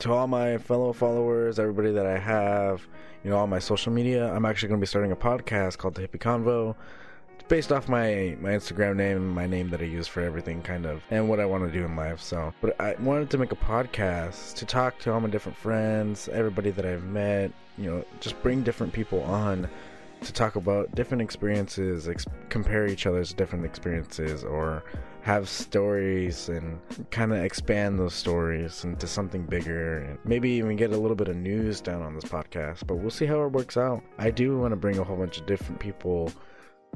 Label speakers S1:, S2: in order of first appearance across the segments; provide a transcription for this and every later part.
S1: to all my fellow followers, everybody that I have, you know, all my social media. I'm actually going to be starting a podcast called The Hippie Convo. It's based off my my Instagram name, my name that I use for everything, kind of, and what I want to do in life. So, but I wanted to make a podcast to talk to all my different friends, everybody that I've met. You know, just bring different people on to talk about different experiences, ex- compare each other's different experiences, or have stories and kind of expand those stories into something bigger and maybe even get a little bit of news down on this podcast. But we'll see how it works out. I do want to bring a whole bunch of different people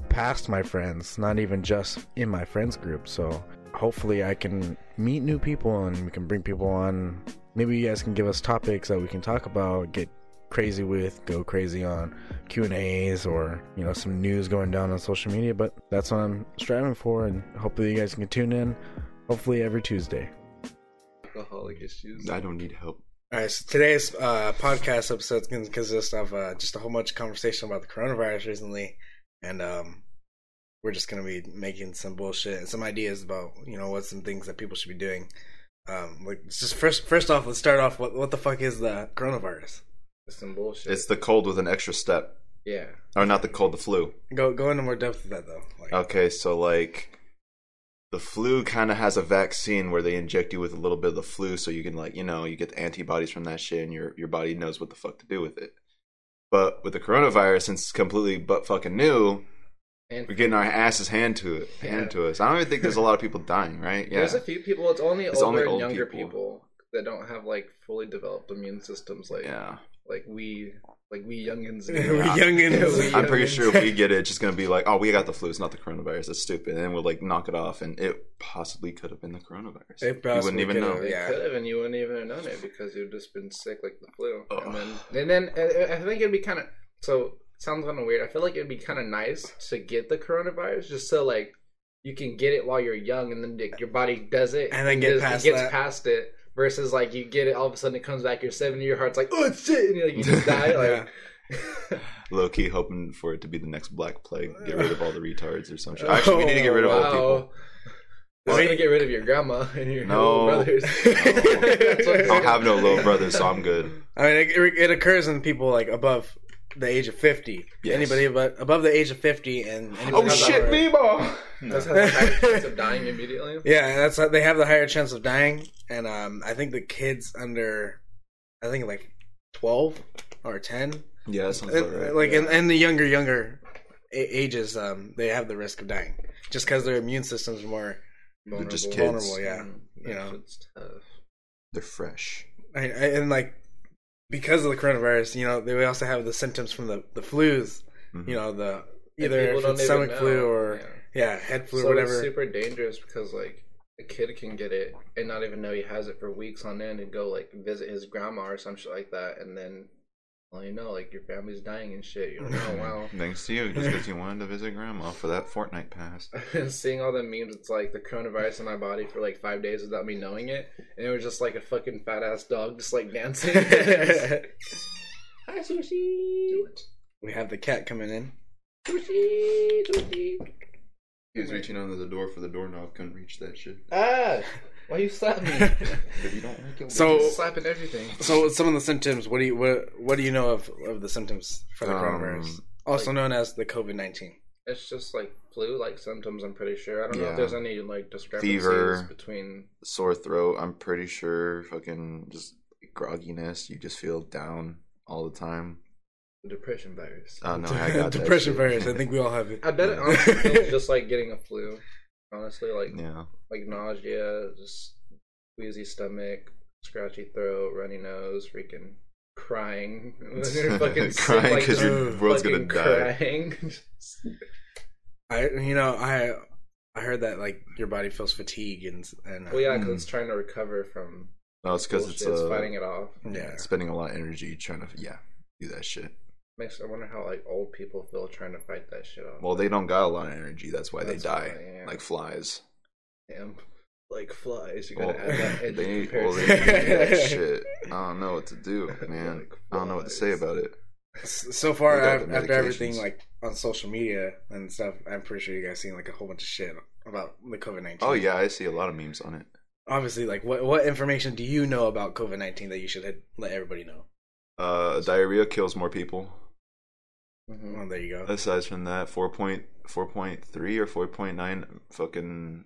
S1: past my friends, not even just in my friends group. So hopefully I can meet new people and we can bring people on. Maybe you guys can give us topics that we can talk about, get crazy with go crazy on q and a's or you know some news going down on social media but that's what i'm striving for and hopefully you guys can tune in hopefully every tuesday
S2: Alcoholic issues.
S3: I don't need help.
S1: all right so today's uh, podcast episode is going to consist of uh, just a whole bunch of conversation about the coronavirus recently and um, we're just going to be making some bullshit and some ideas about you know what some things that people should be doing um, like it's just first first off let's start off what, what the fuck is the coronavirus
S2: Some bullshit.
S3: It's the cold with an extra step,
S2: yeah.
S3: or not the cold, the flu.
S1: go go into more depth with that though like,
S3: Okay, so like the flu kind of has a vaccine where they inject you with a little bit of the flu, so you can like you know you get the antibodies from that shit, and your your body knows what the fuck to do with it. But with the coronavirus, since it's completely butt fucking new,
S2: And
S3: we're getting our asses hand to it,
S2: Yeah.
S3: hand to us. I don't even think there's a lot of people dying, right? Yeah,
S2: there's a few people. It's only
S3: It's
S2: older
S3: only
S2: and
S3: old
S2: younger people.
S3: people.
S2: that don't have like fully developed immune systems. Like
S3: yeah.
S2: like we like we youngins.
S1: We youngins.
S3: I'm pretty sure if we get it, it's just gonna be like, oh, we got the flu. It's not the coronavirus. It's stupid, and then we'll like knock it off, and it possibly could have been the coronavirus.
S1: It
S3: you
S1: possibly
S3: wouldn't even
S1: could
S3: know.
S1: have.
S2: It
S1: Yeah.
S2: could have, and you wouldn't even have known it because you've just been sick like the flu.
S3: Ugh.
S2: And then, and then uh, I I think it'd be kind of so. it Sounds kind of weird. I feel like it'd be kind of nice to get the coronavirus just so like you can get it while you're young, and then like, your body does it,
S1: And then get
S2: just-
S1: past
S2: it gets
S1: that.
S2: past it. Versus like you get it, all of a sudden it comes back. You're seventy, your heart's like, oh shit, and you're like, you just die. Like,
S3: Low key hoping for it to be the next Black Plague. Get rid of all the retards or some shit. Actually, we need to get rid of old people.
S2: wow. We're
S1: Wait.
S2: gonna get rid of your grandma and your
S3: No.
S2: little brothers. That's
S1: Oh,
S2: what-
S3: I'll have no little brothers, so I'm good.
S1: I mean, it, it occurs in people like above the age of fifty.
S3: Yes.
S1: Anybody but above the age of fifty, and anybody
S3: Oh
S1: that's
S3: shit,
S1: over-
S3: Bebo!
S2: That's how the high chance of dying immediately.
S1: Yeah, that's how they have the higher chance of dying, and um, I think the kids under, I think like twelve or ten,
S3: Yeah, that sounds
S1: uh,
S3: about right.
S1: like and, and the younger younger a- ages, um, they have the risk of dying just because their immune system's more
S3: They're just
S2: Vulnerable.
S3: kids.
S1: vulnerable. Yeah,
S2: Mm,
S1: you know.
S2: it's tough.
S3: They're fresh.
S1: I, I, and like because of the coronavirus, you know, they we also have the symptoms from the the flus.
S3: Mhm.
S1: You know, the
S2: And
S1: either
S2: people
S1: if
S2: don't
S1: it's
S2: even
S1: stomach
S2: know.
S1: flu or
S2: Yeah.
S1: yeah, head flu,
S2: so It's
S1: whatever.
S2: super dangerous because like a kid can get it and not even know he has it for weeks on end and go like visit his grandma or some shit like that, and then well, you know, like your family's dying and shit. You don't know. wow.
S3: Thanks to you, just because you wanted to visit grandma for that Fortnite pass.
S2: seeing all the memes, it's like the coronavirus in my body for like five days without me knowing it, and it was just like a fucking fat ass dog just like dancing. Hi sushi,
S1: we have the cat coming in.
S2: sushi, sushi.
S3: He was reaching under the door for the doorknob, couldn't reach that shit.
S2: Ah, why you slap me?
S3: But you don't like it.
S1: So
S2: slapping everything.
S1: so some of the symptoms. What do you what what do you know of of the symptoms for the
S3: Um,
S1: coronavirus, also known as the COVID nineteen?
S2: It's just like flu like symptoms, I'm pretty sure. I don't know
S3: Yeah.
S2: if there's any like discrepancies
S3: Fever.
S2: between
S3: sore throat. I'm pretty sure fucking just grogginess. You just feel down all the time.
S2: the depression virus.
S3: Oh no, I got that
S1: Depression
S3: shit.
S1: virus. I think we all have it.
S2: I bet it honestly feels just like getting a flu. Honestly, like
S3: yeah,
S2: like nausea, just wheezy stomach, scratchy throat, runny nose, freaking crying. When you're fucking sick,
S3: Crying
S2: like,
S3: 'cause
S2: just
S3: your world's gonna
S2: fucking
S3: die.
S2: Crying.
S1: I you know I I heard that like your body feels fatigue and and uh,
S2: well, yeah, because
S3: Mm.
S2: it's trying to recover from
S3: no, it's because it's,
S2: bullshit, it's
S3: uh,
S2: fighting it off.
S1: yeah.
S3: spending a lot of energy trying to yeah do that shit.
S2: Makes I wonder how like old people feel trying to fight that shit off.
S3: Well, they don't got a lot of energy. That's why
S2: That's
S3: they die
S2: why, yeah.
S3: like flies.
S2: Damn. Like flies, you
S3: Well,
S2: gotta add that
S3: they
S2: edge
S3: need, well, they need
S2: comparison.
S3: that shit. I don't know what to do, man.
S2: Like
S3: I don't know what to say
S2: flies.
S3: about it.
S1: S- so far
S3: They got
S1: af-
S3: the
S1: after everything
S3: medications.
S1: like on social media and stuff i'm pretty sure you guys seen like a whole bunch of shit about the covid-19
S3: Oh yeah, I see a lot of memes on it.
S4: obviously like what what information do you know about COVID nineteen that you should had- let everybody know?
S3: Uh, diarrhea kills more people.
S2: Mhm.
S4: Well, Oh, there you go.
S3: Aside from that, four point four point three or four point nine fucking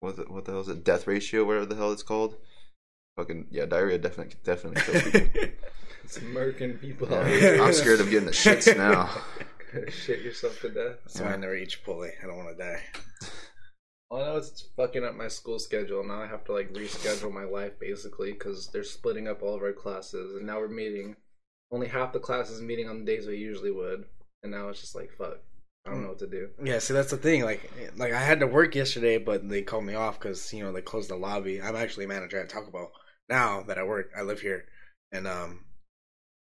S3: what the, what the hell is it? Death ratio, whatever the hell it's called. Fucking yeah, diarrhea definitely definitely kills people.
S2: It's murking people.
S3: Yeah, I'm scared of getting the shits now.
S2: Shit yourself to death.
S4: That's why I never eat Chipotle. I don't want to die.
S2: All I know is it's fucking up my school schedule. Now I have to like reschedule my life basically because they're splitting up all of our classes, and now we're meeting. Only half the class is meeting on the days we usually would, and now it's just like fuck. I
S3: Hmm.
S2: don't know what to do.
S4: Yeah, see that's the thing. Like, like I had to work yesterday, but they called me off because you know they closed the lobby. I'm actually a manager at Taco Bell now that I work. I live here, and um,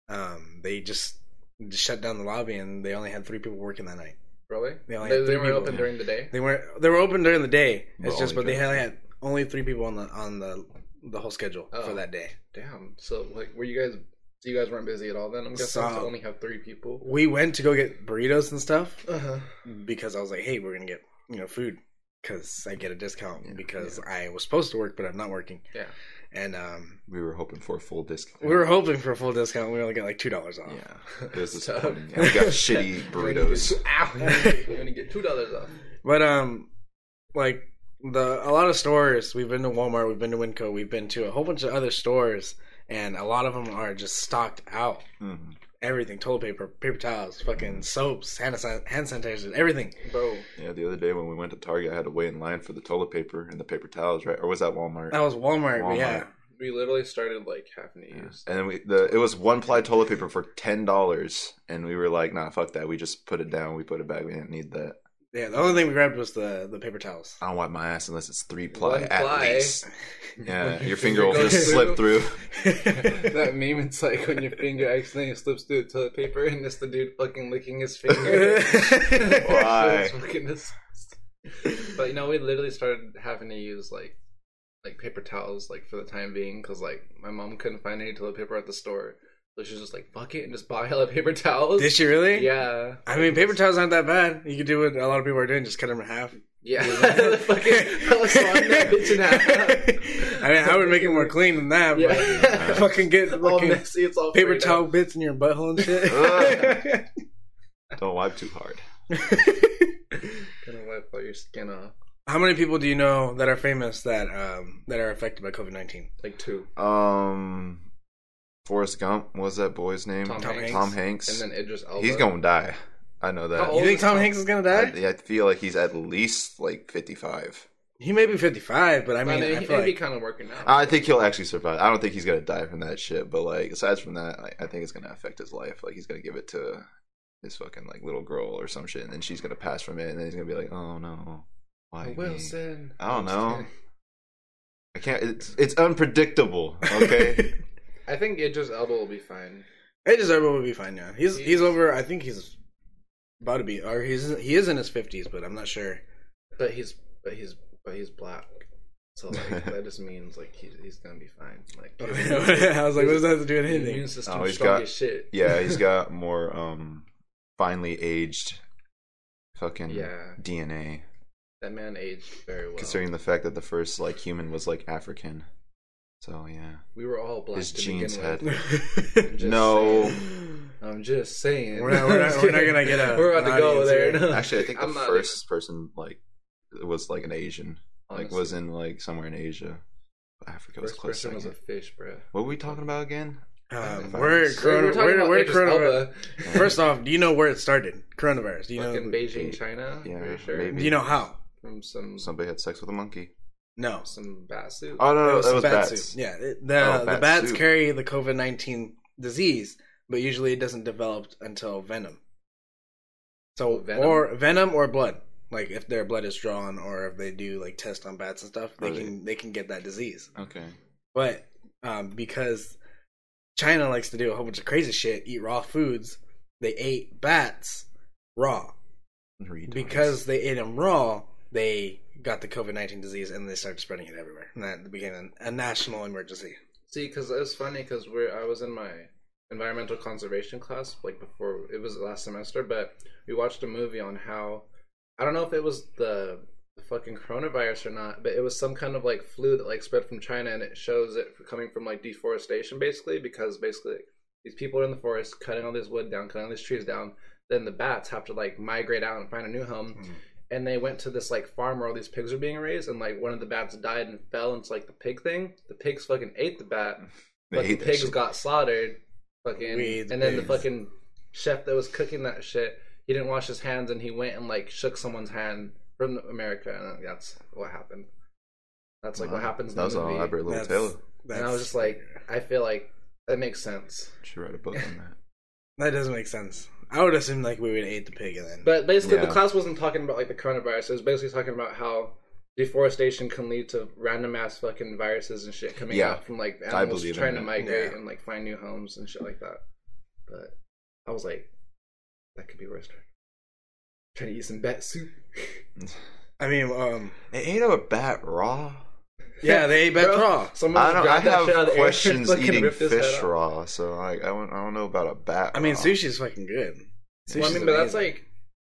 S4: um, they just, just shut down the lobby, and they only had three people working that night.
S2: Really?
S4: They
S2: They,
S4: only
S2: they,
S4: had three
S2: were
S4: people.
S2: open during the day.
S4: They weren't. They were open during the day. It's
S3: But
S4: just,
S3: only
S4: but they
S3: during
S4: only
S3: the
S4: had only three people on the on the the whole schedule
S2: Oh.
S4: for that day.
S2: Damn. So like, were you guys? So you guys weren't busy at all then? I'm guessing
S4: So-
S2: to only have three people.
S4: We went to go get burritos and stuff
S2: Uh huh.
S4: because I was like, hey, we're gonna get you know food because I get a discount
S3: Yeah,
S4: because I was supposed to work, but I'm not working.
S2: Yeah.
S4: And um,
S3: We were hoping for a full discount.
S4: we were hoping for a full discount. We only got like two dollars off.
S3: yeah. It was
S2: Tough.
S3: disappointing. And we got shitty burritos.
S2: Ow! You're gonna get two dollars off.
S4: But um, like the a lot of stores. We've been to Walmart. We've been to Winco. We've been to a whole bunch of other stores, and a lot of them are just stocked out.
S3: Mhm.
S4: everything toilet paper paper towels fucking soaps hand, san- hand sanitizers everything
S2: Bro,
S3: Yeah, the other day when we went to Target, I had to wait in line for the toilet paper and the paper towels, right? Or was that Walmart?
S4: that was walmart, but yeah
S3: Walmart.
S2: we literally started like having to
S3: Yeah.
S2: use.
S3: And then we the it was one ply toilet paper for ten dollars, and we were like, nah, fuck that. We just put it down. We put it back. We didn't need that.
S4: yeah the only thing we grabbed was the the paper towels
S3: I don't wipe my ass unless it's three ply
S2: One
S3: at
S2: ply.
S3: least. Yeah,
S2: Your
S3: your finger will
S2: finger goes
S3: just
S2: through.
S3: slip through.
S2: that meme, it's like when your finger accidentally slips through the toilet paper and it's the dude fucking licking his finger.
S3: Why?
S2: It's fucking disgusting. but you know, we literally started having to use like like paper towels like for the time being because like my mom couldn't find any toilet paper at the store. So she was just like, fuck it and just buy hella paper towels.
S4: did she really
S2: Yeah.
S4: i mean paper towels aren't that bad you could do what a lot of people are doing just cut them in half
S2: Yeah.
S4: I
S2: fucking hella swan that bitch in half.
S4: mean i would make it more clean than that
S2: Yeah.
S4: but fucking get
S2: all
S4: fucking
S2: messy, it's all
S4: paper
S2: frayed
S4: towel
S2: up.
S4: bits in your butthole and
S3: Ugh.
S4: shit
S3: Don't wipe too hard.
S2: Gonna wipe all your skin off.
S4: how many people do you know that are famous that um that are affected by covid-19
S2: Like two.
S3: Um, Forrest Gump. What was that boy's name?
S2: Tom
S4: Hanks.
S3: Tom Hanks.
S2: And then Idris Elba.
S3: He's gonna die. I know that.
S2: How
S4: you
S2: old
S4: think
S2: is
S4: tom
S2: Tom?
S4: hanks is gonna
S3: I,
S4: die
S3: I feel like he's at least like fifty-five.
S4: He may be 55, but I mean, I
S2: he,
S4: feel
S2: would be
S4: like,
S2: kind of working out.
S3: I think he'll actually survive. I don't think he's gonna die from that shit. But like, aside from that, like, I think it's gonna affect his life. Like, he's gonna give it to his fucking like little girl or some shit, and then she's gonna pass from it, and then he's gonna be like, "Oh no, why me?"
S2: Wilson.
S3: I don't know. I can't. It's it's unpredictable. Okay,
S2: I think Idris Elba will be fine.
S4: Idris Elba would be fine. Yeah, he's
S2: He-
S4: he's over. I think he's about to be, or he's he is in his 50s, but I'm not sure.
S2: But he's but he's but he's black. So like that just means like he's he's gonna be fine. Like his
S4: I was like, what does that have to do with
S2: immune
S4: anything?
S2: system
S3: Oh, he's
S2: strong
S3: got-
S2: as shit.
S3: yeah, he's got more um finely aged fucking
S2: Yeah.
S3: DNA.
S2: That man aged very well.
S3: Considering the fact that the first like human was like African, so yeah.
S2: we were all black.
S3: His
S2: to
S3: genes
S2: begin with.
S3: had-
S2: I'm just
S3: No.
S2: saying. I'm just saying.
S4: We're not- we're not- we're not gonna get a-
S2: We're about to
S4: an
S2: go
S4: audience
S2: there.
S4: here.
S2: No.
S3: Actually, I think the
S2: I'm not
S3: first person like was like an Asian, like
S2: Honestly,
S3: was in like somewhere in Asia. Africa was
S2: first
S3: close.
S2: person was a
S3: second.
S2: fish, bro.
S3: What were we talking about again?
S4: um, we're
S3: Wait,
S4: corona.
S2: talking
S4: We're,
S2: about
S4: we're
S2: Idris
S4: corona.
S2: Elba.
S4: First off, do you know where it started? Coronavirus. Do you
S2: Fucking
S4: know?
S2: Beijing, China.
S3: Yeah,
S2: pretty sure.
S3: maybe.
S4: Do you know how?
S2: From some some
S3: Somebody had sex with a monkey.
S4: No.
S2: some bat suit.
S3: Oh no,
S4: It
S3: no, that
S4: some
S3: was
S4: bat
S3: bats.
S4: suit. Yeah, it- the
S3: Oh,
S4: the
S3: bat
S4: bats
S3: suit.
S4: carry the COVID nineteen disease, but usually it doesn't develop until venom. So
S2: Oh, venom.
S4: or venom or blood. Like if their blood is drawn or if they do like test on bats and stuff, they
S3: Really?
S4: can they can get that disease.
S3: Okay.
S4: But um, because China likes to do a whole bunch of crazy shit, eat raw foods, they ate bats raw.
S3: Retards.
S4: Because they ate them raw, they got the COVID nineteen disease and they started spreading it everywhere, and that became an, a national emergency.
S2: See, because it was funny because we I was in my environmental conservation class like before it was last semester, but we watched a movie on how I don't know if it was the the fucking coronavirus or not, but it was some kind of like flu that like spread from China, and it shows it coming from like deforestation basically, because basically these people are in the forest cutting all this wood down, cutting all these trees down. Then the bats have to like migrate out and find a new home.
S3: Mhm.
S2: And they went to this like farm where all these pigs are being raised, and like one of the bats died and fell into like the pig thing. The pigs fucking ate the bat,
S3: They
S2: but the
S3: hate that
S2: pigs
S3: shit.
S2: got slaughtered. Fucking
S4: We the
S2: and then the
S4: pigs.
S2: fucking chef that was cooking that shit, he didn't wash his hands and he went and like shook someone's hand from America, and that's what happened. That's like
S3: Wow.
S2: what happens. In
S3: That was
S2: the
S3: an
S2: movie.
S3: elaborate little
S4: That's-
S3: tale.
S4: That's,
S2: And I was just like, I feel like that makes sense.
S3: Should write a book on that.
S4: that doesn't make sense. I would assume like we would eat the pig and then.
S2: But basically,
S3: Yeah.
S2: the class wasn't talking about like the coronavirus. It was basically talking about how deforestation can lead to random ass fucking viruses and shit coming
S3: Yeah.
S2: out from like
S3: I
S2: animals
S3: believe in
S2: trying to
S3: that.
S2: migrate
S4: Yeah.
S2: and like find new homes and shit like that. But I was like, that could be worse. Trying to eat some bat soup.
S4: I mean, um,
S3: They ate a bat raw.
S4: yeah, they ate bad
S2: Bro,
S4: raw.
S2: Someone
S3: I don't. I
S2: grabbed that shit out of the air
S3: have
S2: and
S3: questions
S2: fucking
S3: eating
S2: ripped his head
S3: fish
S2: off.
S3: raw, so I I don't, I don't know about a bat.
S4: I mean,
S3: raw.
S4: sushi is fucking good.
S2: Well, I
S4: Sushi's
S2: mean, but that's
S4: amazing.
S2: like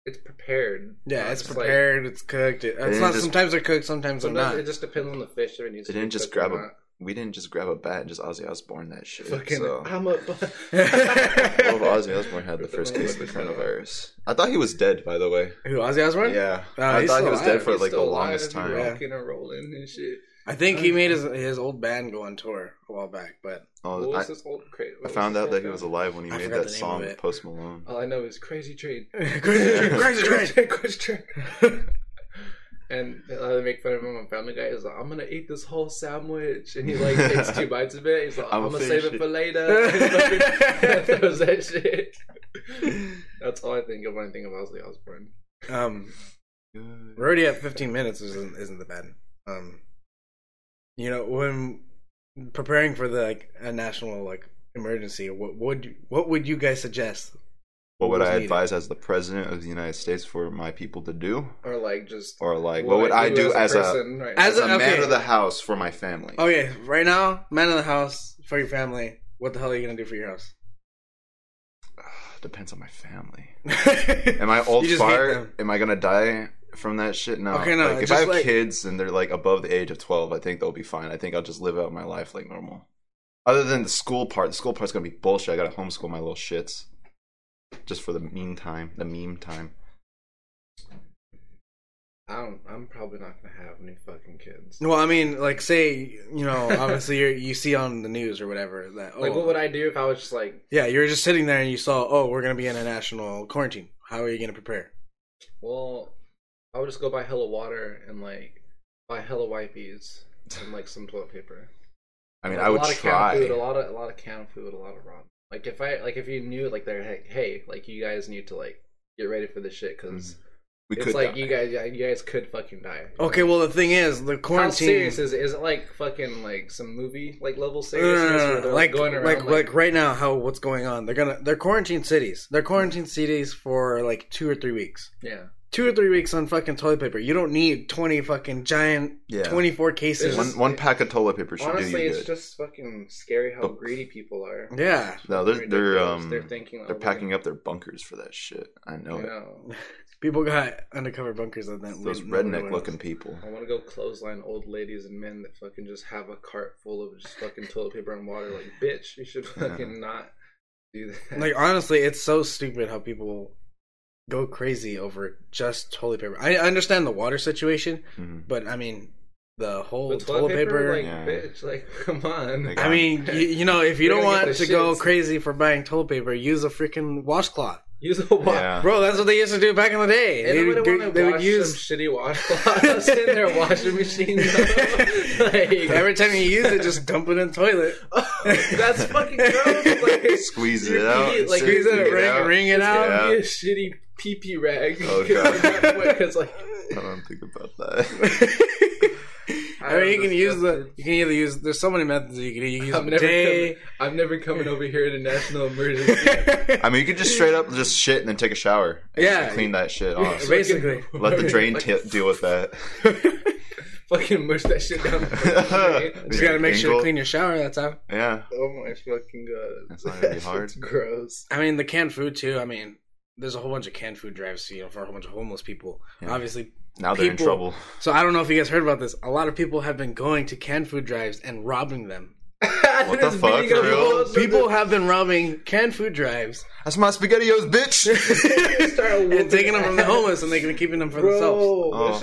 S2: it's prepared.
S4: yeah,
S2: Not
S4: it's
S2: just,
S4: prepared, it's cooked. It, it's
S3: didn't
S4: not.
S3: just-
S4: sometimes they're cooked, sometimes they're
S2: Like, sometimes
S4: not.
S2: it just depends on the fish. If it needs
S3: They
S2: to be
S3: didn't just
S2: cooked or
S3: grab a-
S2: not.
S3: We didn't just grab a bat and just Ozzy Osbourne that shit.
S2: Fucking,
S3: so.
S2: I'm a.
S3: I love Ozzy Osbourne had the first case of the coronavirus. I thought he was dead, by the way.
S4: Who Ozzy Osbourne?
S3: Yeah,
S4: Uh,
S3: I
S4: he's
S3: thought
S4: still
S3: he was
S4: alive.
S3: dead for
S2: He's
S3: like the
S2: still alive,
S3: longest
S2: he's
S3: time.
S4: Yeah.
S2: Rocking and rolling and shit.
S4: I think he made his his old band go on tour a while back, but
S2: What
S3: Oh, I,
S2: was this old cra-
S3: I
S2: what
S3: found
S2: this
S3: out
S2: old
S3: that he
S2: guy?
S3: was alive when he
S4: I
S3: made
S4: forgot
S3: that
S4: the name
S3: song
S4: of
S3: with
S4: it. Oh,
S3: Post Malone.
S2: All I know is Crazy Train.
S4: Crazy Train, Crazy Train.
S2: Crazy Train. And uh, they make fun of him on Family Guy. He's like, "I'm gonna eat this whole sandwich," and he like takes two bites of it. He's like, "I'm,
S3: I'ma
S2: gonna save it
S3: finish
S2: for
S3: it.
S2: later." And fucking throws that shit. That's all I think of when I think of Ozzy Osbourne.
S4: um, we're
S3: Good.
S4: already at 15 minutes isn't isn't the bad. Um, you know when preparing for the like a national like emergency, what would you, what would you guys suggest?
S3: What would
S4: was
S3: I
S4: needed?
S3: advise as the president of the United States for my people to do,
S2: Or like just
S3: or like what would I do as a
S2: person right
S4: as
S3: as
S4: a-
S3: a man
S4: okay. Oh.
S3: of the house for my family?
S4: Okay, right now, man of the house for your family. What the hell are you gonna do for your house?
S3: Depends on my family.
S4: Am
S3: Am I old
S4: You just hate them.
S3: fart? Am I gonna die from that shit? No.
S4: Okay, no,
S3: Like, if
S4: just
S3: I have
S4: like-
S3: kids and they're like above the age of twelve, I think they'll be fine. I think I'll just live out my life like normal. Other than the school part, the school part's gonna be bullshit. I gotta homeschool my little shits. Just for the meantime, the meme time.
S2: I don't, I'm probably not gonna have any fucking kids.
S4: Well, I mean, like, say you know, obviously you you see on the news or whatever that. Oh,
S2: Like, what would I do if I was just like
S4: Yeah, you were just sitting there and you saw, oh, we're gonna be in a national quarantine. How are you gonna prepare?
S2: Well, I would just go buy hella water and like buy hella wipes and like some toilet paper.
S3: I mean,
S2: Like,
S3: I
S2: a
S3: would
S2: lot of
S3: try.
S2: Canned food, a lot of a lot of canned food, a lot of ramen. Like if I like if you knew like they're hey, hey like you guys need to like get ready for this shit because
S3: Mm-hmm. we
S2: it's
S3: could
S2: like
S3: die.
S2: you guys yeah, you guys could fucking die.
S4: Okay, well the thing is, the
S2: How
S4: quarantine.
S2: serious is it? Is it like fucking like some movie like level
S4: No, no,
S2: seriousness?
S4: no, no,
S2: where
S4: no,
S2: they're,
S4: Uh, Like, like, like, right now, how what's going on? They're gonna they're quarantine cities. They're quarantine cities for like two or three weeks.
S2: yeah.
S4: Two or three weeks on fucking toilet paper. You don't need twenty fucking giant
S3: Yeah.
S4: twenty four cases.
S2: It's
S3: one
S2: just-
S3: one pack of toilet paper should do
S2: Honestly,
S3: you
S2: it's
S3: good.
S2: just fucking scary how
S3: Oh.
S2: greedy people are.
S4: yeah,
S3: no, they're they're
S2: Ridiculous.
S3: um
S2: they're
S3: they're,
S2: thinking oh, we're
S3: packing up their bunkers for that shit. I know
S2: gonna-
S3: it.
S2: I know.
S4: people got undercover bunkers on that.
S3: Those redneck looking people.
S2: I want to go clothesline old ladies and men that fucking just have a cart full of just fucking toilet paper and water. Like, bitch, you should
S3: Yeah.
S2: fucking not do that.
S4: Like honestly, it's so stupid how people go crazy over just toilet paper. I understand the water situation,
S3: Mhm.
S4: but I mean the whole
S2: But
S4: toilet, paper.
S2: like,
S3: Yeah.
S2: bitch, like, come on.
S3: Like,
S4: I mean, you, you know, if you
S2: You're
S4: don't
S2: gonna get
S4: want to
S2: the
S4: go
S2: shits.
S4: crazy for buying toilet paper, use a freaking washcloth,
S2: Use a wash.
S3: Yeah.
S4: bro. That's what they used to do back in the day.
S2: They
S4: They,
S2: would
S4: would,
S2: want to
S4: they
S2: wash
S4: would
S2: use...
S4: use
S2: some shitty washcloths in their washing machine. though. like,
S4: every time you use it, just dump it in the toilet,
S2: that's fucking gross. Like,
S3: Squeeze
S2: your
S3: it out.
S2: feet, like,
S3: sit-
S4: squeeze it,
S3: dig
S4: ring,
S3: out.
S4: ring it out.
S3: Yeah.
S2: be a shitty pee pee rag.
S3: Oh, God.
S2: Because, like,
S3: I don't think about that.
S4: I mean, you
S2: I'm
S4: can use the
S2: disgusted.
S4: you can either use there's so many methods you can use. You
S2: I'm
S4: can use
S2: never,
S4: day.
S2: coming, I'm never coming over here in a national emergency.
S3: I mean, you could just straight up just shit and then take a shower. And
S4: Yeah.
S3: just clean that shit off.
S4: Basically.
S3: Let the drain
S2: Fucking-
S3: tip deal with that.
S2: Fucking mush that shit down.
S4: Just gotta make sure to clean your shower. That's how.
S3: Yeah,
S2: oh my fucking god,
S3: That's not gonna be hard.
S2: It's gross.
S4: I mean, the canned food too. I mean, there's a whole bunch of canned food drives, you know, for a whole bunch of homeless people.
S3: Yeah.
S4: Obviously,
S3: Now they're in
S2: people-
S3: trouble.
S4: So I don't know if you guys heard about this. A lot of people have been going to canned food drives and robbing them.
S3: What the fuck, real?
S4: People have been robbing canned food drives
S3: That's my spaghettios, bitch.
S4: and taking them from the homeless, and they're gonna keeping them for
S2: Bro,
S4: themselves.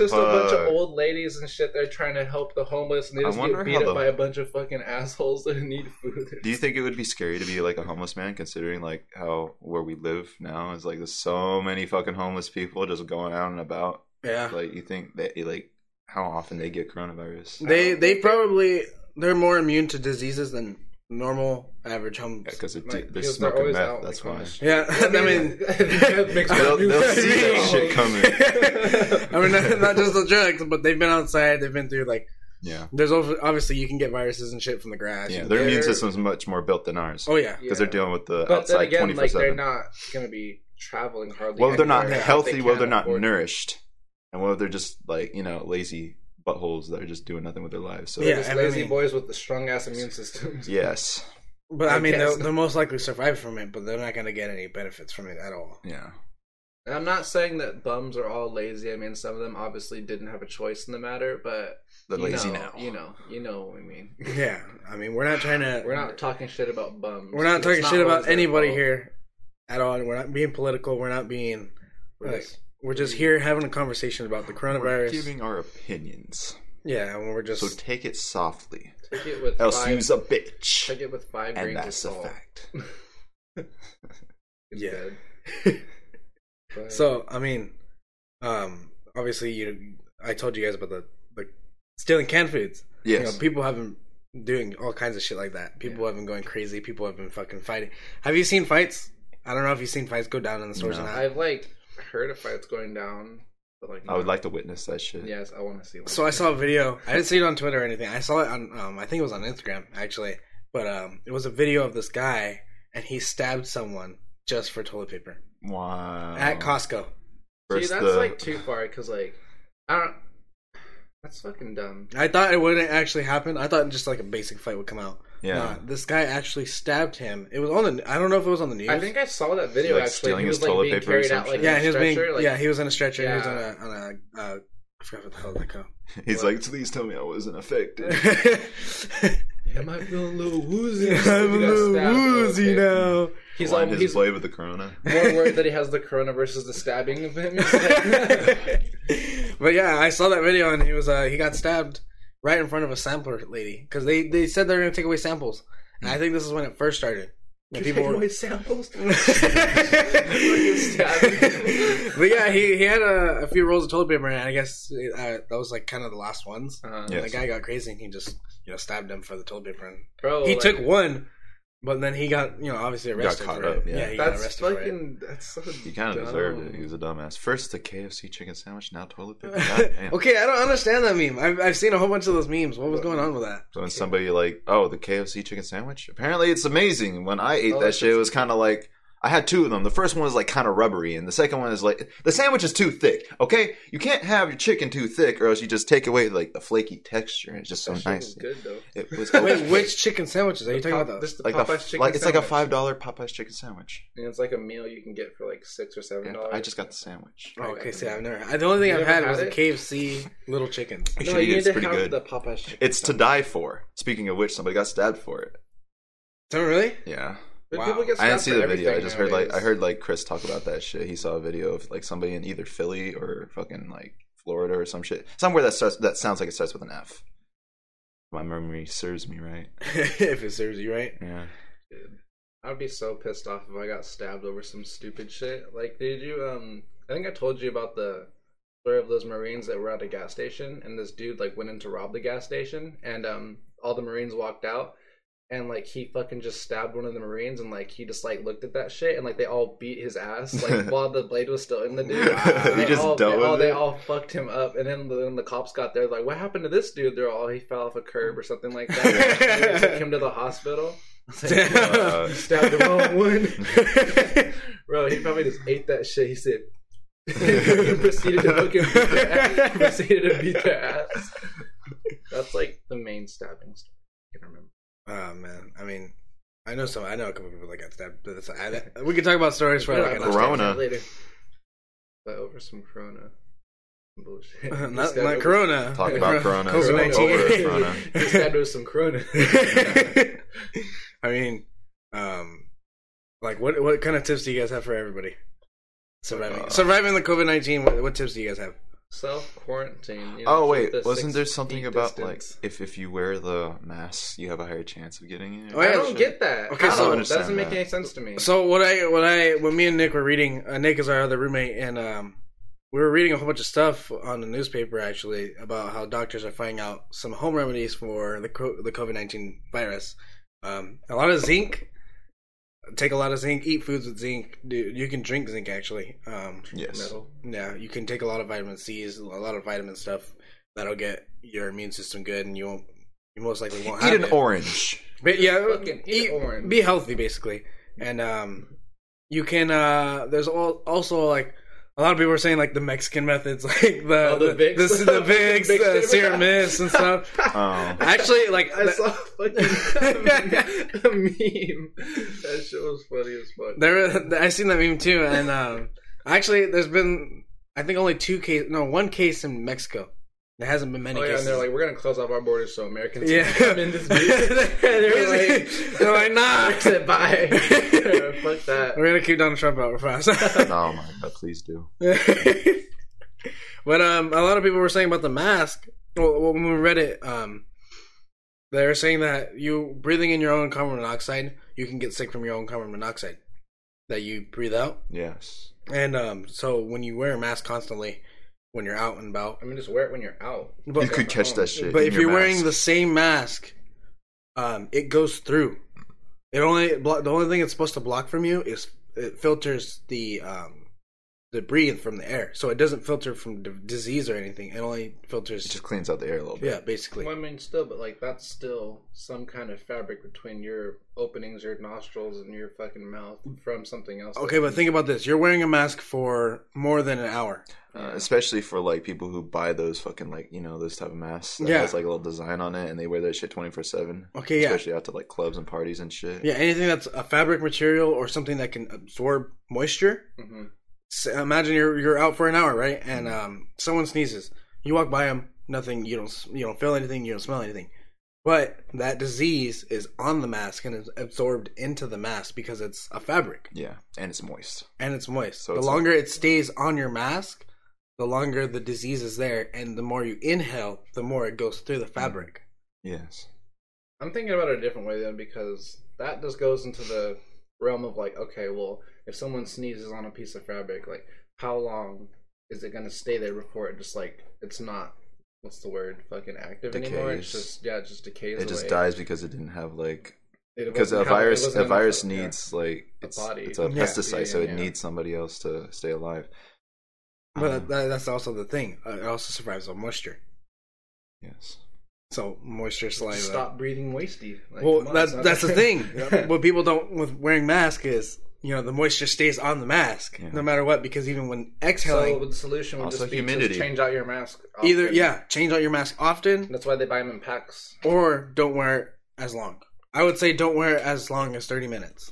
S2: it's
S3: Oh,
S2: just a bunch of
S3: fuck.
S2: old ladies and shit. They're trying to help the homeless, and they
S3: I
S2: just
S3: wonder
S2: get beat
S3: how
S2: up
S3: the-
S2: by a bunch of fucking assholes that need food.
S3: Do you think it would be scary to be like a homeless man, considering like how where we live now is like there's so many fucking homeless people just going out and about.
S4: Yeah,
S3: Like you think that like how often they get coronavirus?
S4: they they probably they're more immune to diseases than normal average homeless.
S3: Because they're,
S2: Like,
S3: they're
S2: because they're
S3: smoking
S2: always
S3: meth.
S2: out in the
S3: that's why.
S2: cars.
S4: Yeah, I mean,
S2: that makes
S3: They'll, they'll see that
S4: Yeah.
S3: shit coming.
S4: I mean not, not just the drugs, but they've been outside. They've been through like
S3: Yeah,
S4: there's ov- obviously you can get viruses and shit from the grass.
S3: yeah. Their
S2: They're-
S3: immune system's much more built than ours
S4: Oh yeah,
S3: because they're dealing with the
S2: But then
S3: outside
S2: again,
S3: twenty four
S2: like they're
S3: seven.
S2: not gonna be traveling hardly.
S3: Well, they're not
S2: anywhere if they
S3: healthy. Well,
S2: can't
S3: they're not
S2: afford-
S3: nourished, and well, they're just like you know lazy buttholes that are just doing nothing with their lives. So
S4: Yeah.
S2: Just
S4: I
S2: lazy
S4: mean-
S2: boys with the strong ass immune systems.
S3: yes,
S4: but I,
S2: I
S4: mean
S2: guess.
S4: they'll, they'll most likely survive from it, but they're not gonna get any benefits from it at all.
S3: yeah.
S2: And I'm not saying that bums are all lazy. I mean, some of them obviously didn't have a choice in the matter, but
S3: They're
S2: you
S3: lazy
S2: know,
S3: now.
S2: You know, you know what I mean.
S4: Yeah, I mean we're not trying to
S2: We're not talking shit about bums.
S4: we're not
S2: It's
S4: talking shit
S2: always
S4: about
S2: their
S4: anybody
S2: fault.
S4: here at all. and We're not being political. We're not being
S2: We're
S4: Right.
S2: just-
S4: we're just here having a conversation about the
S3: We're
S4: coronavirus.
S3: giving our opinions,
S4: yeah, and we're
S3: so
S4: just
S3: take it softly.
S2: Take it with
S3: Else
S2: five,
S3: you's a bitch,
S2: take it with five
S3: and
S2: grains of
S3: that's a
S2: salt.
S3: fact.
S2: It's
S4: Yeah.
S2: good. But-
S4: so I mean, um, obviously you I told you guys about the the stealing canned foods. You know,
S3: Yes,
S4: people have been doing all kinds of shit like that. People have been going crazy. People have been fucking fighting. Have you seen fights? I don't know if you've seen fights go down in the stores
S3: No.
S4: or not.
S2: I've like heard of fights going down, but like
S3: I would like to witness that shit.
S2: Yes, I want to see. One.
S4: So I saw a video. I didn't see it on Twitter or anything. I saw it on, um, I think it was on Instagram actually, but um, it was a video of this guy and he stabbed someone just for toilet paper
S3: Wow.
S4: at Costco.
S2: See,
S3: Versus
S2: that's
S3: the-
S2: like too far because like I don't. That's fucking dumb.
S4: I thought it wouldn't actually happen. I thought just like a basic fight would come out.
S3: yeah.
S4: Nah, this guy actually stabbed him. It was on the. I don't know if it was on the news.
S2: I think I saw that video
S3: Like,
S2: actually.
S3: stealing
S2: He
S3: his
S2: was like
S3: toilet
S2: being
S3: paper or
S2: carried out
S3: some
S2: like
S3: shit?
S4: yeah,
S2: in a
S4: he was being.
S2: stretcher, like-
S4: yeah, he was in a stretcher. He was on
S2: Yeah.
S4: a on a. Uh, I forgot what the hell they call.
S3: He's like, please tell me I wasn't affected.
S2: Am I feeling a little woozy?
S4: I'm a little woozy now.
S2: He's, all,
S3: Blind his
S2: he's more
S3: way with the corona.
S2: worried that he has the corona versus the stabbing of him. He's like-
S4: but yeah, I saw that video and he was uh, he got stabbed right in front of a sampler lady because they they said they were gonna take away samples. And I think this is when it first started. And people were-
S2: samples. stabbing.
S4: but yeah, he, he had a, a few rolls of toilet paper, and I guess uh, that was like kind of the last ones.
S2: Uh,
S3: Yeah.
S4: And the guy got crazy, and he just you know stabbed him for the toilet paper, and
S3: Oh,
S2: Bro,
S4: he
S2: like,
S4: took one, but then he got you know obviously
S3: got
S4: arrested.
S3: caught
S4: for
S3: up,
S4: it.
S3: yeah.
S4: he got
S2: That's
S4: arrested for it.
S2: fucking. That's so.
S3: He kind of deserved it. He was a dumbass. First the KFC chicken sandwich, now toilet paper. God damn.
S4: okay, I don't understand that meme. I've, I've seen a whole bunch of those memes. What was going on with that?
S3: So when somebody like, oh, the KFC chicken sandwich, apparently it's amazing. When I ate
S2: Oh,
S3: that
S2: it's
S3: shit, it was kind of like I had two of them. The first one was like kind of rubbery, and the second one is like the sandwich is too thick. Okay, you can't have your chicken too thick, or else you just take away like the flaky texture. It's just so
S2: That shit
S3: nice.
S2: was good though.
S3: It was
S4: Wait,
S3: okay.
S4: which chicken sandwiches are you talking about? Those?
S2: This is the
S3: like
S2: Popeye's
S3: the
S2: chicken
S3: like it's like a
S2: sandwich.
S3: five dollar Popeyes chicken sandwich.
S2: And it's like a meal you can get for like six or seven
S3: And
S2: dollars.
S3: I just got the sandwich.
S4: Oh, okay, see, I've never. I, the only thing
S2: You
S4: I've
S2: never
S4: had,
S2: had
S4: was a
S2: it?
S4: KFC little chicken.
S3: You
S2: No,
S3: should
S2: you
S3: eat it.
S2: need
S3: It's
S2: to
S3: pretty
S2: have
S3: good.
S2: the Popeye's chicken.
S3: It's to die for. Speaking of which, somebody got stabbed for it.
S4: Don't Oh, really?
S3: Yeah.
S2: But
S4: Wow.
S2: people get
S3: I
S2: stabbed
S3: didn't see
S2: for
S3: the video. I
S2: everything
S3: just heard like I
S2: nowadays.
S3: heard like Chris talk about that shit. He saw a video of like somebody in either Philly or fucking like Florida or some shit. Somewhere that starts that sounds like it starts with an F. My memory serves me right.
S4: if it serves you right.
S3: Yeah.
S2: I'd be so pissed off if I got stabbed over some stupid shit. Like, did you? Um, I think I told you about the story of those Marines that were at a gas station, and this dude like went in to rob the gas station, and um, all the Marines walked out, and like he fucking just stabbed one of the Marines, and like he just like looked at that shit, and like they all beat his ass, like while the blade was still in the dude.
S3: Wow. He
S2: They
S3: just
S2: all, they,
S3: dealt with
S2: all, they
S3: it?
S2: all fucked him up, and then the, then the cops got there, like, what happened to this dude? They're all he fell off a curb or something like that. They took him to the hospital. It's like,
S3: Uh,
S2: stabbed the wrong one. Bro, he probably just ate that shit. He said, he proceeded to fucking beat their ass. He proceeded to beat their ass. That's like the main stabbing story. I can remember.
S4: Oh man, I mean, I know some. I know a couple people that got stabbed. But that's, I, we could talk about stories for like
S2: Yeah,
S4: an
S2: I'll
S4: hour.
S3: Corona.
S2: later. But over some Corona. Bullshit.
S4: not,
S2: This guy
S4: not
S2: was-
S4: Corona.
S3: Talk about Corona.
S4: COVID-19.
S3: Over Corona.
S2: This guy knows some Corona.
S4: I mean, um, like what what kind of tips do you guys have for everybody surviving
S3: Uh,
S4: surviving the COVID nineteen? What, what tips do you guys have?
S2: Self quarantine. You know,
S3: Oh
S2: keep
S3: wait,
S2: the
S3: wasn't
S2: six
S3: there something
S2: feet
S3: about
S2: distance.
S3: like if if you wear the mask, you have a higher chance of getting it?
S4: Oh, yeah,
S2: I don't get that.
S4: Okay,
S2: Okay,
S4: so-
S2: so it doesn't
S3: Understand
S2: make
S3: that.
S2: any sense to me.
S4: So what I what I when me and Nick were reading, uh, Nick is our other roommate, and um, we were reading a whole bunch of stuff on the newspaper actually about how doctors are finding out some home remedies for the co- the COVID nineteen virus. Um, a lot of zinc. Take a lot of zinc. Eat foods with zinc. Do- You can drink zinc actually. Um,
S3: Yes.
S2: no.
S4: Yeah, you can take a lot of vitamin C's, a lot of vitamin stuff that'll get your immune system good, and you won't. You most likely won't
S3: Eat
S4: have
S3: an
S4: it.
S3: orange.
S4: But yeah,
S2: Fucking eat
S4: eat-
S2: orange.
S4: be healthy basically, and um, you can. uh There's al- also like a lot of people are saying like the Mexican methods, like the
S2: Oh, the Vicks.
S4: this is the Vicks,
S2: Vicks
S4: uh,
S2: shit.
S4: serum mist and stuff.
S3: Oh.
S4: Actually, like
S2: I saw fucking a meme. That shit was funny as fuck.
S4: There, I seen that meme too, and um, actually, there's been I think only two case, no, one case in Mexico. There hasn't been many
S2: Oh yeah,
S4: cases.
S2: and they're like, we're gonna close off our borders so Americans
S4: yeah,
S2: can come in this bitch.
S4: they're, like,
S2: like-
S4: they're like, nah,
S2: I said bye. Fuck that.
S4: we're gonna keep Donald Trump out fast.
S3: No, my God, please do.
S4: but um, a lot of people were saying about the mask. Well, when we read it, um, they were saying that you breathing in your own carbon monoxide, you can get sick from your own carbon monoxide that you breathe out.
S3: Yes.
S4: And um, so when you wear a mask constantly when you're out and about,
S2: I mean, just wear it when you're out.
S4: but,
S3: you could
S2: um,
S3: catch that shit.
S4: but
S3: in
S4: if
S3: your
S4: you're wearing
S3: mask.
S4: the same mask, um, it goes through. It only blo- the only thing it's supposed to block from you is it filters the um, the breathe from the air, so it doesn't filter from d- disease or anything. It only filters,
S3: it just cleans out the air a little bit.
S4: yeah, basically.
S2: Well, I mean, still, but like that's still some kind of fabric between your openings, your nostrils, and your fucking mouth from something else.
S4: Okay, but think about this: you're wearing a mask for more than an hour.
S3: Uh, especially for like people who buy those fucking like you know those type of masks that
S4: Yeah.
S3: has like a little design on it and they wear that shit twenty four seven.
S4: Okay, yeah,
S3: Especially out to like clubs and parties and shit.
S4: yeah. Anything that's a fabric material or something that can absorb moisture,
S2: hmm
S4: S imagine you're you're out for an hour, right? And um, someone sneezes. You walk by them, nothing. You don't s- you don't feel anything. You don't smell anything. But that disease is on the mask and is absorbed into the mask because it's a fabric
S3: Yeah, and it's moist.
S4: and it's moist.
S3: So
S4: the
S3: it's a-
S4: longer it stays on your mask, the longer the disease is there, and the more you inhale, the more it goes through the fabric.
S3: Yes.
S2: I'm thinking about it a different way then because that just goes into the realm of like, okay, well, if someone sneezes on a piece of fabric, like how long is it gonna stay there before it just like it's not what's the word fucking active anymore? It's
S3: Decays.
S2: just yeah, it just decays.
S3: It just
S2: away.
S3: dies because it didn't have like
S2: It
S3: because
S2: wasn't
S3: a
S2: how- it
S3: virus
S2: wasn't
S3: a
S2: enough
S3: virus
S2: of- yeah.
S3: needs like
S2: The
S3: it's,
S2: body.
S3: it's a
S4: Yeah.
S3: pesticide, so
S2: Yeah,
S3: it
S2: yeah.
S3: needs somebody else to stay alive. Mm.
S4: But that, that's also the thing. Uh, It also survives on moisture.
S3: Yes.
S4: So moisture
S2: Just
S4: saliva.
S2: Stop breathing wasty. Like,
S4: well,
S2: come on, it's
S4: that,
S2: not
S4: that's the
S2: that-
S4: thing.
S2: Yeah.
S4: What people don't with wearing mask is you know the moisture stays on the mask
S3: Yeah.
S4: no matter what because even when
S2: So
S4: exhaling,
S2: the solution would
S3: Also
S2: just be
S3: humidity.
S2: just change out your mask.
S4: either
S2: often.
S4: yeah change out your mask often
S2: That's why they buy them in packs.
S4: or don't wear it as long. I would say don't wear it as long as thirty minutes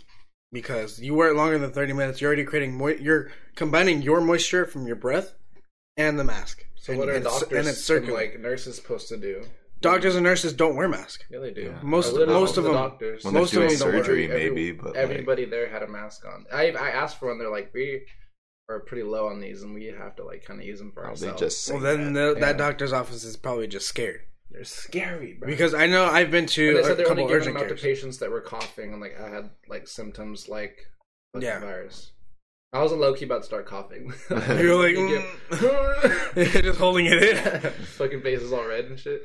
S4: because you wear it longer than thirty minutes. You're already creating mo- you're combining your moisture from your breath and the mask.
S2: So
S4: and,
S2: what are
S4: and it's-
S2: doctors
S4: and it's
S2: and,
S4: circular.
S2: like nurses supposed to do?
S4: doctors and nurses don't wear masks.
S2: Yeah, they do.
S3: Yeah.
S4: Most-
S2: Literally,
S4: most of
S2: the
S4: them-
S2: doctors.
S3: When
S4: Most of
S3: they're doing
S4: them don't wear it.
S3: surgery,
S2: Every-
S3: maybe, but like,
S2: everybody there had a mask on. I I asked for one. They're like, we are pretty low on these, and we have to like kind of use them
S4: Oh,
S2: for
S3: probably
S2: ourselves.
S3: just
S4: Well,
S3: say
S4: then
S3: that.
S4: the, that
S2: Yeah.
S4: doctor's office is probably just scared
S2: they're scary, bro.
S4: because I know I've been
S2: And
S4: to
S2: they said
S4: a
S2: they're only giving
S4: couple
S2: them
S4: urgent
S2: out to
S4: cares.
S2: patients that were coughing and like I had like symptoms like the
S4: Yeah.
S2: virus. I was a low key about to start coughing.
S4: You're like, "Mm."
S2: You give-
S4: just holding it in.
S2: fucking face is all red and shit.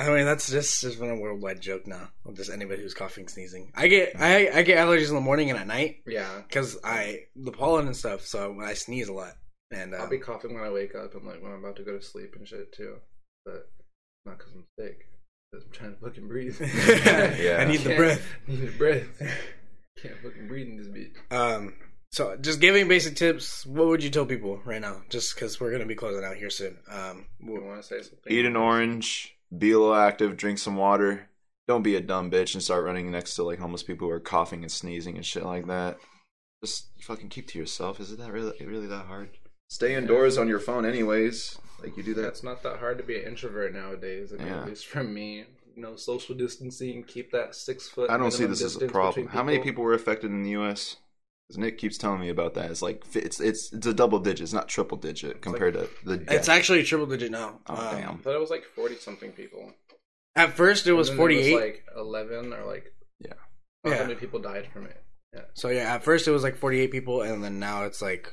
S4: I mean, that's just just been a worldwide joke now. Of Just anybody who's coughing, sneezing. I get I, I get allergies in the morning and at night
S2: Yeah.
S4: because I the pollen and stuff. So I sneeze a lot. And uh,
S2: I'll be coughing when I wake up and like when I'm about to go to sleep and shit too. But not because I'm sick. 'cause I'm trying to fucking breathe.
S4: I need the
S2: Can't-
S4: breath.
S2: Need the breath. Can't fucking breathe in this bitch.
S4: Um, so just giving basic tips. What would you tell people right now? Just because we're gonna be closing out here soon. Um,
S2: You
S4: w-
S2: want to say something?
S3: eat an orange, be a little active, drink some water. Don't be a dumb bitch and start running next to like homeless people who are coughing and sneezing and shit like that. Just fucking keep to yourself. Is it that really really that hard? Stay indoors on your phone, anyways. Like you do that.
S2: That's not that hard to be an introvert nowadays. I mean,
S3: Yeah.
S2: at least for me, you know, social distancing, keep that six foot.
S3: I don't see
S2: minimum
S3: this as a
S2: distance
S3: problem.
S2: between
S3: How many people were affected in the U.S.? 'Cause Nick keeps telling me about that. It's like fi- it's it's it's a double digit. It's not triple digit compared to the.
S4: It's
S3: death.
S4: actually triple digit now.
S3: Oh,
S4: Um,
S2: I
S3: damn.
S2: thought it was like forty something people.
S4: At first, it was
S2: And then there
S4: 48.
S2: like eleven or like
S3: Yeah.
S2: How
S4: Yeah.
S2: many people died from it?
S4: so yeah, at first it was like 48 people, and then now it's like,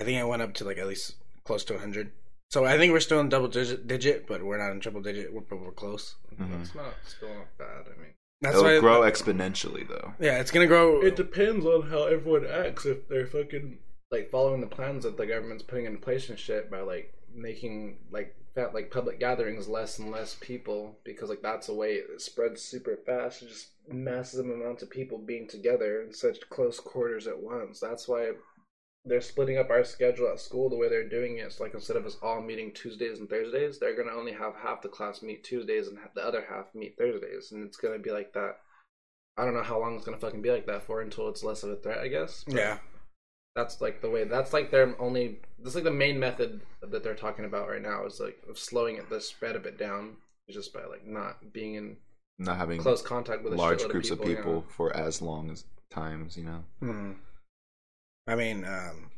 S4: I think I went up to like at least close to 100. So I think we're still in double digit, digit but we're not in triple digit. We're, but we're close.
S3: Mhm.
S2: That's not still not bad. I mean,
S4: That's
S3: it'll
S4: why
S3: grow exponentially though.
S4: Yeah, it's gonna grow.
S2: it depends on how everyone acts if they're fucking like following the plans that the government's putting in place and shit by like making like that like public gatherings less and less people because like that's a way it spreads super fast just massive amounts of people being together in such close quarters at once that's why they're splitting up our schedule at school the way they're doing it. It's like instead of us all meeting Tuesdays and Thursdays, they're gonna only have half the class meet Tuesdays and ha- the other half meet Thursdays, and it's gonna be like that. I don't know how long it's gonna fucking be like that for until it's less of a threat, I guess. But
S4: yeah,
S2: that's like the way. That's like their only. That's like the main method that they're talking about right now is like of slowing it, the spread of it down, is just by like not being in
S3: Not having
S2: close contact with a
S3: large
S2: shitload
S3: groups
S2: of
S3: of
S2: people. you know?
S3: people for as long as times. You know.
S4: Mhm. I mean, um,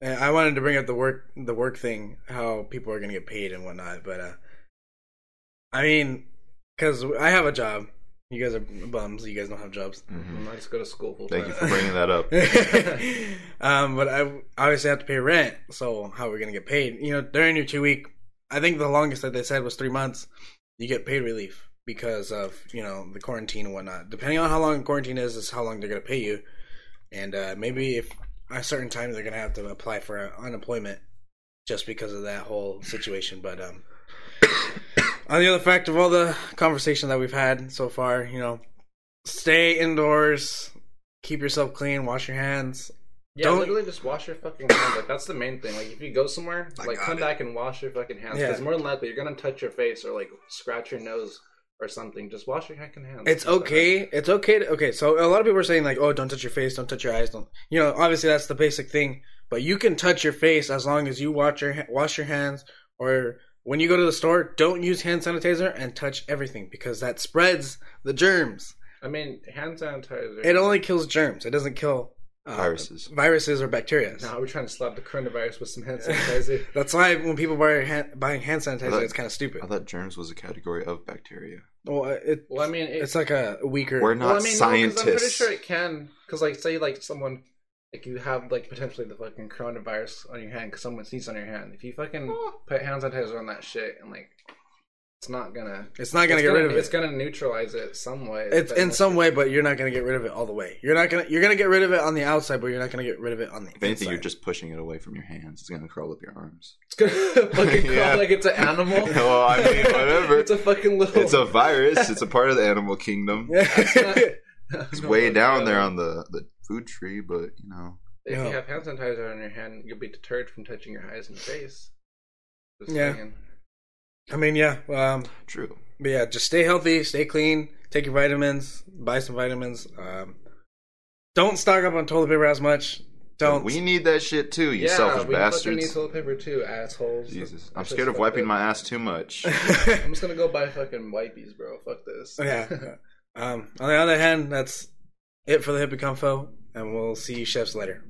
S4: and I wanted to bring up the work, the work thing, how people are gonna get paid and whatnot, but uh, I mean, because I have a job. You guys are bums. You guys don't have jobs.
S3: Mhm.
S2: I just go to school. Full
S3: Thank you
S2: time.
S3: for bringing that up.
S4: um, but I obviously have to pay rent. So how are we gonna get paid? You know, during your two week, I think the longest that they said was three months. You get paid relief because of you know the quarantine and whatnot. Depending on how long quarantine is, is how long they're gonna pay you. And uh, maybe if at a certain time they're gonna have to apply for unemployment just because of that whole situation. But um, on the other fact of all the conversation that we've had so far, you know, stay indoors, keep yourself clean, wash your hands.
S2: Yeah,
S4: Don't-
S2: literally just wash your fucking hands. Like that's the main thing. Like if you go somewhere,
S3: I
S2: like
S3: got
S2: come
S3: it.
S2: back and wash your fucking hands
S4: Yeah.
S2: because more than likely you're gonna touch your face or like scratch your nose or something. Just uh, wash your fucking hands.
S4: It's okay. It's okay. To, okay, so a lot of people are saying like, "Oh, don't touch your face, don't touch your eyes, don't." You know, obviously that's the basic thing, but you can touch your face as long as you wash your ha- wash your hands or when you go to the store, don't use hand sanitizer and touch everything because that spreads the germs.
S2: I mean, hand sanitizer.
S4: It only kills germs. It doesn't kill uh,
S3: Viruses.
S4: viruses or bacteria.
S2: Now we're trying to slap the coronavirus with some hand sanitizer.
S4: That's why when people buy hand, buying hand sanitizer,
S3: thought-
S4: it's kind of stupid.
S3: I thought germs was a category of bacteria.
S4: Well, it,
S2: well, I mean, it,
S4: it's like a weaker.
S3: We're not
S2: well, I mean, no, 'cause I'm pretty
S3: scientists.
S2: sure it can. Because like, say like someone. Like you have like potentially the fucking coronavirus on your hand because someone sneezes on your hand. If you fucking put hand sanitizer on that shit and like, it's not gonna
S4: It's not gonna
S2: it's
S4: get
S2: gonna,
S4: rid of it.
S2: It's gonna neutralize it some way.
S4: It's
S2: but
S4: in some way, but you're not gonna get rid of it all the way. You're not gonna you're gonna get rid of it on the outside, but you're not gonna get rid of it on the
S3: If anything,
S4: inside.
S3: you're just pushing it away from your hands. It's gonna crawl up your arms.
S2: It's gonna fucking crawl
S3: Yeah.
S2: like it's an animal.
S3: Well, I mean, whatever.
S2: it's a fucking little.
S3: It's a virus. It's a part of the animal kingdom. It's way down there on the, the food tree, but you know.
S2: If
S4: Yeah.
S2: you have hand sanitizer on your hand, you'll be deterred from touching your eyes and face. Just
S4: Yeah.
S2: saying.
S4: I mean, yeah, um,
S3: True.
S4: but yeah, just stay healthy, stay clean, take your vitamins, buy some vitamins. Um, don't stock up on toilet paper as much. Don't.
S3: We need that shit too, you
S2: yeah,
S3: selfish
S2: we fucking need
S3: bastards.
S2: toilet paper too, assholes.
S3: Jesus.
S2: That's
S3: I'm
S2: just
S3: scared of
S2: fucked
S3: wiping
S2: up.
S3: my ass too much.
S2: I'm just gonna go buy fucking wipies, bro. Fuck this.
S4: yeah. Um, on the other hand, that's it for the hippie confo, and we'll see you chefs later.